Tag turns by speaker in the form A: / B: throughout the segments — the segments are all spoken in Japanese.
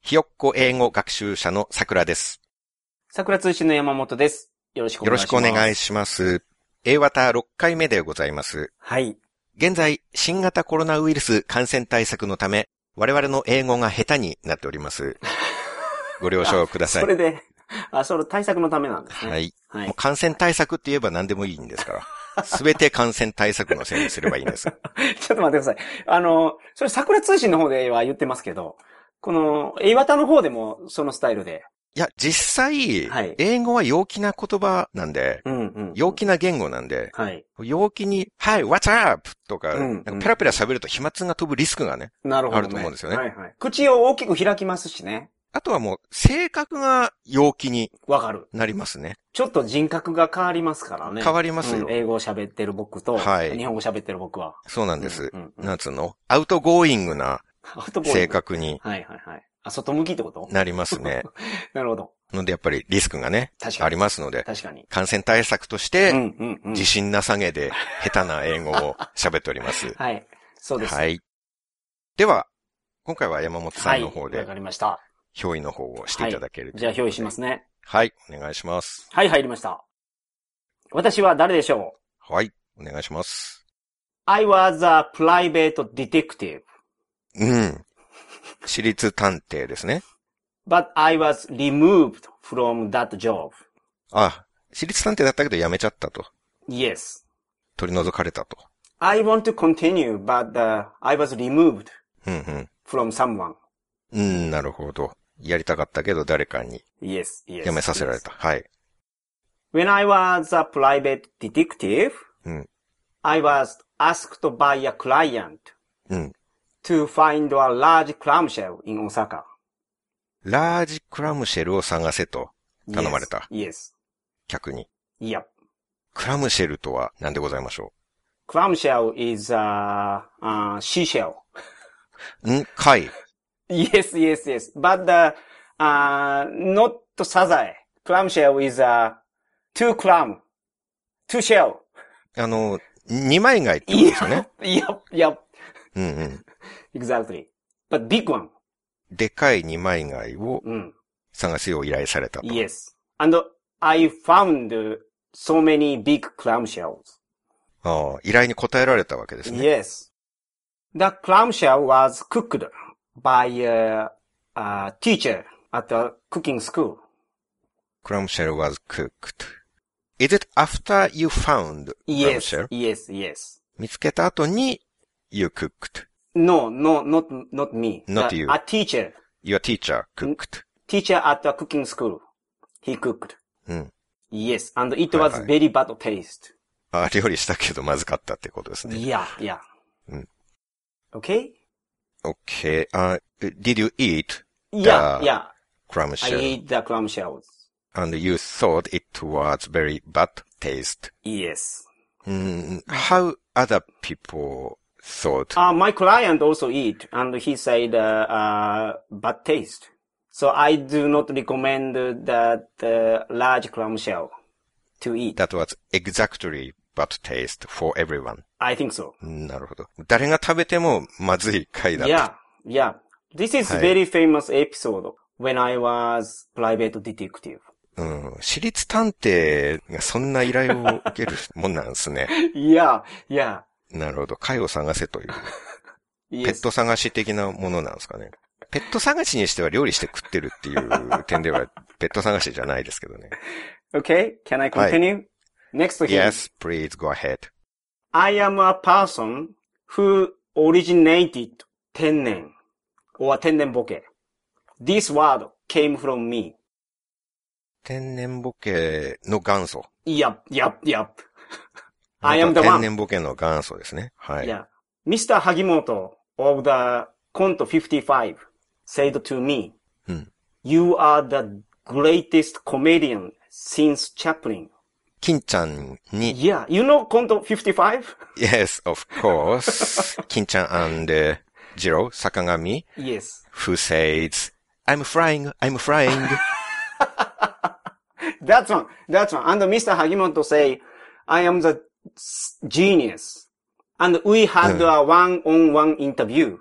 A: ひよっこ英語学習者の桜です。
B: 桜通信の山本です。よろしくお
A: よ
B: 願
A: ろ
B: いし
A: し
B: ます。
A: くお願いします。A 型6回目でございます。
B: はい。
A: 現在、新型コロナウイルス感染対策のため、我々の英語が下手になっており ます。ご了承くださ
B: そ
A: い。
B: れで、あ、その対策のためなんですね。
A: は。い。
B: は
A: もう
B: い。
A: 感染対策って言えば何でもいいんですから。すべて感染対策のせいにすればいいんです。
B: ちょっと待ってください。あの、それ桜通信の方では言ってますけど、この、A 型の方でもそのスタイルで。
A: いや、実際、
B: はい
A: 英語は陽気な言葉なんで、
B: うんうん。
A: 陽気な言語なんで、
B: はい。
A: 陽気に、Hi, what's up? とか、
B: うん
A: なんかペラペラ喋ると飛沫が飛ぶリスクがね、
B: なるほど、ね。
A: あると思うんですよね
B: はいはい。口を大きく開きますしね。
A: あとはもう、性格が陽気に
B: わかる。
A: なりますね。
B: ちょっと人格が変わりますからね。
A: 変わりますよ
B: うん英語を喋ってる僕と、
A: はい
B: 日本語喋ってる僕は。
A: そうなんです。
B: うんうんうん
A: なんつうのアウトゴーイングな
B: アウトボーイ
A: 性格に
B: はいはいはい。あ、外向きってこと
A: なりますね。
B: なるほど。
A: ので、やっぱりリスクがね、
B: 確かに
A: ありますので、
B: 確かに。
A: 感染対策とし
B: う
A: て、
B: んうんうん。
A: 自信なさげで下手な英語 を喋っております。
B: はい。そうです。
A: はい。では、今回は山本さんの方
B: はい
A: で
B: わか、りました。
A: 表意の方をしていただけると
B: じゃあ表示しますね。
A: はい、お願いします。
B: はい、入りました。私は誰でしょう
A: はい、お願いします。
B: ?I was a private detective,
A: うん。私立探偵ですね。
B: but I was removed from that job.Yes.
A: あ、私立探偵だったけど辞めちゃったと。取り除かれたと。
B: I want to continue, but、I was removed
A: うんうん。
B: from someone.
A: うん、なるほど。やりたかったけど誰かに
B: Yes, yes.
A: 辞めさせられた。はい。
B: When I was a private detective,
A: うん。
B: I was asked by a client
A: うん。
B: to find a large clamshell in Osaka.
A: ラージクラムシェルを探せと、頼まれた
B: Yes.
A: 客に。
B: yes. Yep.
A: クラムシェルとは何でございましょ
B: Clamshell is a uh, uh, seashell.
A: うん貝。
B: Yes, yes, yes. But the, uh, not sazae. Clamshell is uh, a two clam, two shell.
A: あの、二枚貝ってことですよね。
B: yep, yep,
A: うんうん。
B: exactly. But big one.
A: でかい二枚貝を
B: Mm.
A: 探すよう依頼されたと。
B: Yes. And I found so many big clamshells.
A: ああ、依頼に応えられたわけですね。
B: Yes. The clamshell was cooked by a, a teacher at a cooking school.
A: クラムシェル was cooked. Is it after you found
B: Yes,
A: clamshell?
B: yes, yes.
A: 見つけた後に you cooked.
B: No, no, not, not me.
A: Not
B: The-
A: you.
B: A teacher.
A: Your teacher cooked.
B: Teacher at a cooking school. He cooked.
A: うん。
B: Yes. And it
A: はいはい
B: was very bad taste.
A: あ、料理したけどまずかったってことですね。
B: Yeah, yeah.
A: うん
B: Okay?
A: Okay. Uh, did you eat
B: Yeah,
A: The
B: yeah. I
A: clamshell?
B: ate the clamshells.
A: And you thought it was very bad taste.
B: Yes.
A: Mm, how other people thought?
B: Uh, my client also eat, and he said uh, uh, bad taste. So I do not recommend that uh, large clamshell to eat.
A: That was exactly bad taste for everyone.
B: I think so.
A: なるほど。誰が食べてもまずい回だった。
B: Yeah, yeah. This is
A: Hi.
B: very famous episode when I was private detective.
A: うん。私立探偵がそんな依頼を受けるもんなんですね。
B: yeah, yeah.
A: なるほど。貝を探せという。ペ
B: Yes.
A: ット探し的なものなんですかね。ペット探しにしては料理して食ってるっていう点で は、ペット探しじゃないですけどね。
B: Okay, can I continue? Next to him.
A: Yes, please go ahead.
B: I am a person who originated tennen or tennen bokeh. This word came from me.
A: 天然ボケの元祖。
B: Yup, yup, yup. I am the
A: 天
B: one.
A: 然ボケの元祖ですね。はい。
B: Yeah. Mr. Hagimoto of the Conto 55 said to me,
A: うん。
B: You are the greatest comedian since Chaplin.
A: 金ちゃんに、
B: Yeah, you know Conto 55?
A: Yes, of course. 金ちゃん and ジロー、坂上、
B: Yes.
A: who says, I'm flying, I'm flying.
B: That's one. That's one. And Mr. Hagimoto say, I am the s- genius. And we had a one-on-one interview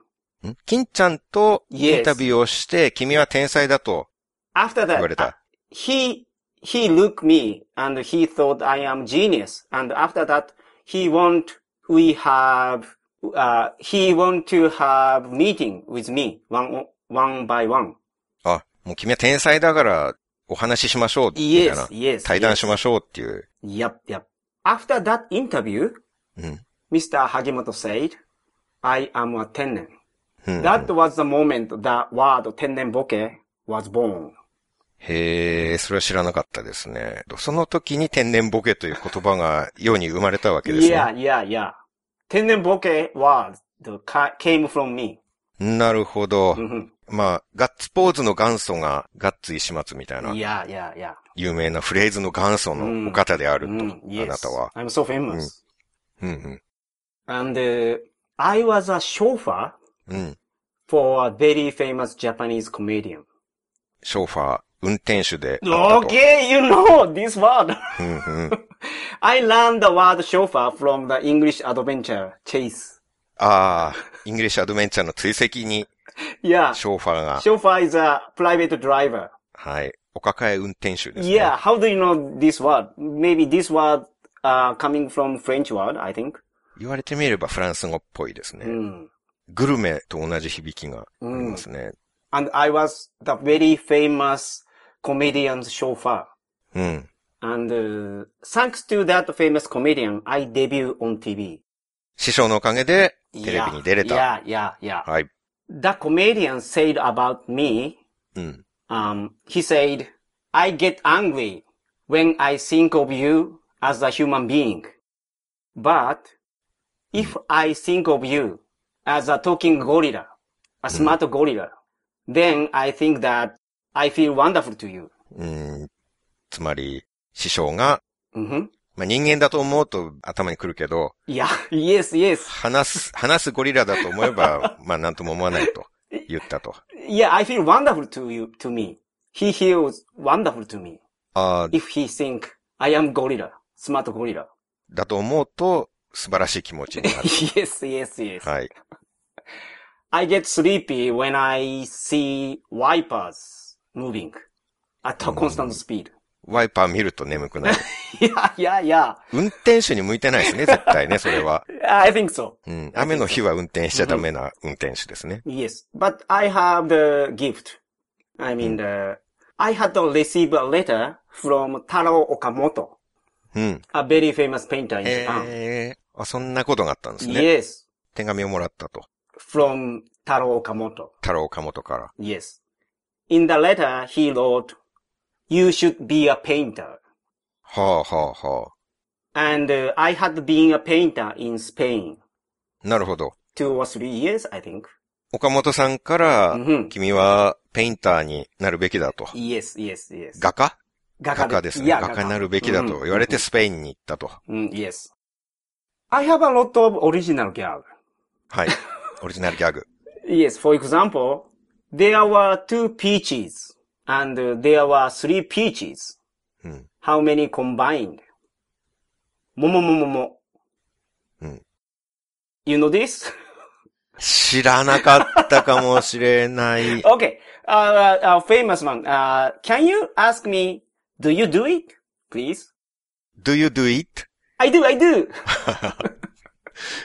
A: ん金ちゃんとイ
B: Yes.
A: ンタビューをして、君は天才だと
B: After
A: 言われ
B: that,
A: た。
B: he he looked me and he thought I am genius. And after that, he want we have uh, he want to have meeting with me one one by one.
A: あ、もう君は天才だからお話ししましょう、みたい
B: Yes,
A: な。
B: yes.
A: 対談
B: yes.
A: しましょうっていう。
B: Yep, yep. After that interview,
A: うん。
B: Mr. Hagimoto said, "I am a tennen."
A: うん、
B: That was the moment that word tennen boke was born.
A: へえ、それは知らなかったですね。その時に天然ボケという言葉が世に生まれたわけですね。
B: Yeah, yeah, yeah. Tennen boke word ca- came from me.
A: なるほど。
B: Mhm.
A: まあ、ガッツポーズの元祖がガッツ石松みたいな
B: Yeah, yeah, yeah.
A: 有名なフレーズの元祖のお方であると、
B: Mm,
A: あな
B: yes.
A: たは。
B: I'm so famous.
A: うん
B: And uh, I was a chauffeur
A: うん。うん。
B: for a very famous Japanese comedian.
A: ショーファー、運転手であったと。Mm-hmm.
B: Okay, you know this word.
A: うんうん。
B: I learned the word chauffeur from the English adventure chase.
A: ああ、イングリッシュアドベンチャーの追跡に
B: Yeah.
A: ショーファーが、
B: Chauffeur is a private driver.
A: はい、お抱え運転手ですね。
B: Yeah. How do you know this word? Maybe this word uh, coming from French word, I think.
A: 言われてみればフランス語っぽいですね。
B: Mm.
A: グルメと同じ響きがありますね。
B: And I was the very famous comedian's chauffeur.
A: うん。
B: And uh, thanks to that famous comedian, I debut on TV.
A: 師匠のおかげで、テレ
B: yeah,
A: ビに出れた。
B: Yeah, yeah, yeah.
A: はい。
B: The comedian said about me,
A: うん。
B: um, he said, I get angry when I think of you as a human being. But if I think of you as a talking gorilla, a smart gorilla, then I think that I feel wonderful to you.
A: うん。つまり、師匠が、
B: hmm
A: まあ、人間だと思うと頭に来るけど、
B: Yeah, yes, yes.
A: 話 す、話すゴリラだと思えば、まあなんとも思わないと言ったと。
B: Yeah, I feel wonderful to you, to me. He feels wonderful to me.
A: ああ、
B: If he think I am gorilla, smart gorilla.
A: だと思うと、素晴らしい気持ちに なる。
B: yes, yes, yes.
A: はい。
B: I get sleepy when I see wipers moving at a constant speed.
A: ワイパー見ると眠くなる。
B: yeah, yeah, yeah.
A: 運転手に向いてないですね、絶対ね、それは。
B: I think so.
A: うん。雨の日は運転しちゃダメな運転手ですね。
B: Yes. But I have the gift. I mean, the, I had to receive a letter from Taro Okamoto,
A: うん。
B: a very famous painter in
A: え
B: Japan.
A: えあ、そんなことがあったんですね。
B: Yes.
A: 手紙をもらったと。
B: From Taro Okamoto.
A: 太郎岡本から。
B: Yes. In the letter, he wrote, you should be a painter.
A: はあはあは
B: And uh, I had been a painter in Spain
A: あ。なるほど。
B: two or three years, I think.
A: 岡本さんから、
B: Mhm.
A: 君はペインターになるべきだと。
B: Yes, yes, yes.
A: 画家画
B: 画
A: 家ですね。
B: Yeah,
A: 画家にな
B: Gaka.
A: るべきだと言われてスペインに行ったと。
B: Mhm. Mm, yes. I have a lot of original gag.
A: はい。 オリジナルギャグ。
B: Yes, for example, there were two peaches and uh, there were three peaches.
A: うん。
B: How many combined? Momo momo mo.
A: うん。
B: You know this?
A: 知らなかったかもしれない。
B: Okay. Uh, uh, uh, famous one. Uh, can you ask me, do you do it? Please.
A: do you do it?
B: I do, I do.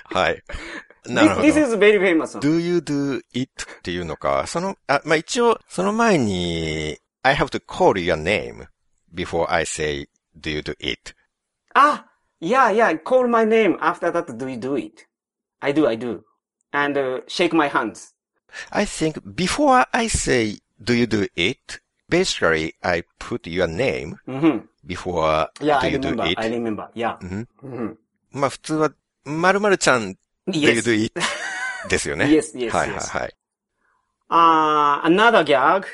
A: はい。な る
B: This,
A: ほ
B: this
A: ど。
B: is very famous one.
A: do you do it っていうのか。その、あ、まあ、一応、その前に、I have to call your name before I say do you do it.
B: Ah, yeah, yeah. Call my name. After that, do you do it? I do, I do. And uh, shake my hands.
A: I think before I say do you do it, basically I put your name
B: hmm
A: before
B: Yeah,
A: do
B: I
A: you do
B: remember.
A: it. Mm-hmm.
B: I remember. Yeah.
A: うん、
B: hmm
A: まあ普通は、まるまるちゃん do you
B: Yes.
A: do it ですよね。
B: Yes, yes,
A: はいはい
B: yes.
A: はい。
B: Uh, another gag.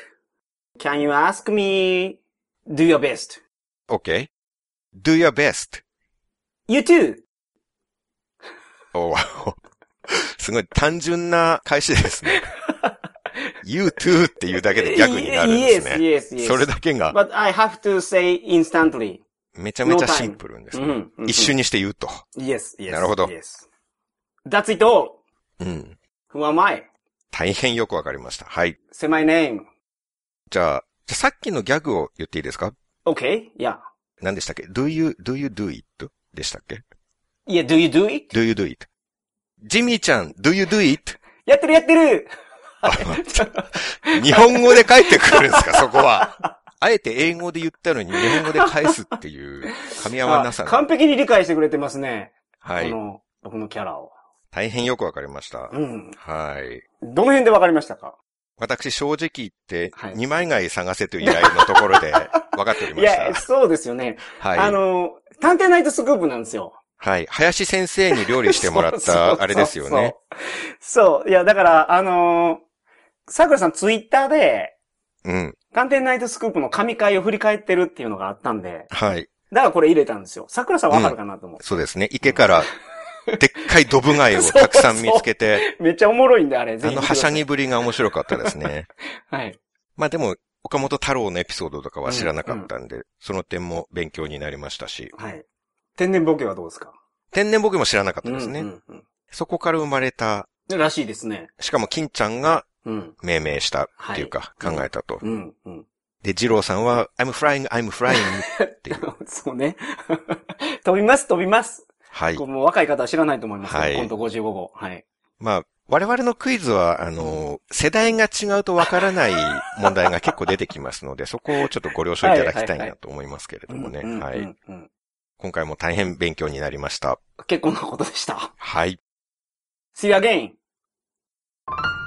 B: Can you ask me, do your best?
A: Okay. Do your best.
B: You too.
A: おー すごい単純な返しです ね。you too っていうだけでギャグになるんです
B: Yes,
A: ね。
B: yes, yes.
A: それだけが
B: But I have to say instantly.
A: めちゃめちゃシンプルですね。
B: No time. うんうん
A: 一瞬にして言うと。
B: Yes, yes.
A: なるほど
B: Yes. That's it all.
A: うん。
B: Who am I?
A: 大変よくわかりました。はい。
B: Say my name.
A: じゃあ、じゃあさっきのギャグを言っていいですか
B: Okay, yeah.
A: 何でしたっけ ?do you, do you do it? でしたっけ
B: Yeah, do you do it?
A: ?do you do it? ジミーちゃん、do you do it?
B: やってるやっ てる
A: あ日本語で返ってくるん ですかそこは。あえて英語で言ったのに日本語で返すっていう噛み合わなさ
B: あ
A: が。
B: 完璧に理解してくれてますね。
A: はい
B: こ。の、僕のキャラを。
A: 大変よくわかりました。
B: うん。
A: はい。
B: どの辺でわかりましたか
A: 私正直言って、
B: はい
A: 二枚貝探せという依頼のところ で分かっており
B: い
A: まし
B: や、
A: た。
B: そうですよね。
A: はい。
B: あの、探偵ナイトスクープなんですよ。
A: はい。林先生に料理してもらっ
B: そうそうそう
A: た、あれですよね。。
B: そう。いや、だから、あのー、桜さんツイッターで、
A: うん。
B: 探偵ナイトスクープの神回を振り返ってるっていうのがあったんで、
A: はい。
B: だからこれ入れたんですよ。桜さんわかるかなと思う。
A: そうですね。池から、でっかいドブ 貝をたくさん見つけて、
B: めっちゃおもろいんで、あれ。
A: あ
B: ぜひ
A: の
B: 見て
A: は
B: くだ
A: し
B: さ
A: ゃ
B: い。
A: ぎぶりが面白かったですね。
B: はい。
A: まあでも、岡本太郎のエピソードとかは知らなかったんで、その点も勉強になりましたし、
B: はい。天然ボケはどうですか
A: 天然ボケも知らなかったですね。
B: うんうんうん
A: そこから生まれた、
B: でらしいですね。
A: しかも金ちゃんが
B: うん。
A: 命名したっていうか、
B: はい
A: 考えたと。
B: うん。うん。
A: で、二郎さんは、I'm flying, I'm flying っていう。
B: そうね。 飛びます、飛びます。
A: はい
B: こ。うもう若い方は知らないと思いますけど、
A: はい
B: コント55号。はい。
A: まあ、我々のクイズは、あの、世代が違うとわからない問題が結構出てきますので、そこをちょっとご了承いただきたいなと思いますけれどもね。
B: うんうんうん
A: は
B: う
A: い。
B: んうん
A: 今回も大変勉強になりました。
B: 結構なことでした。
A: はい。
B: See you again!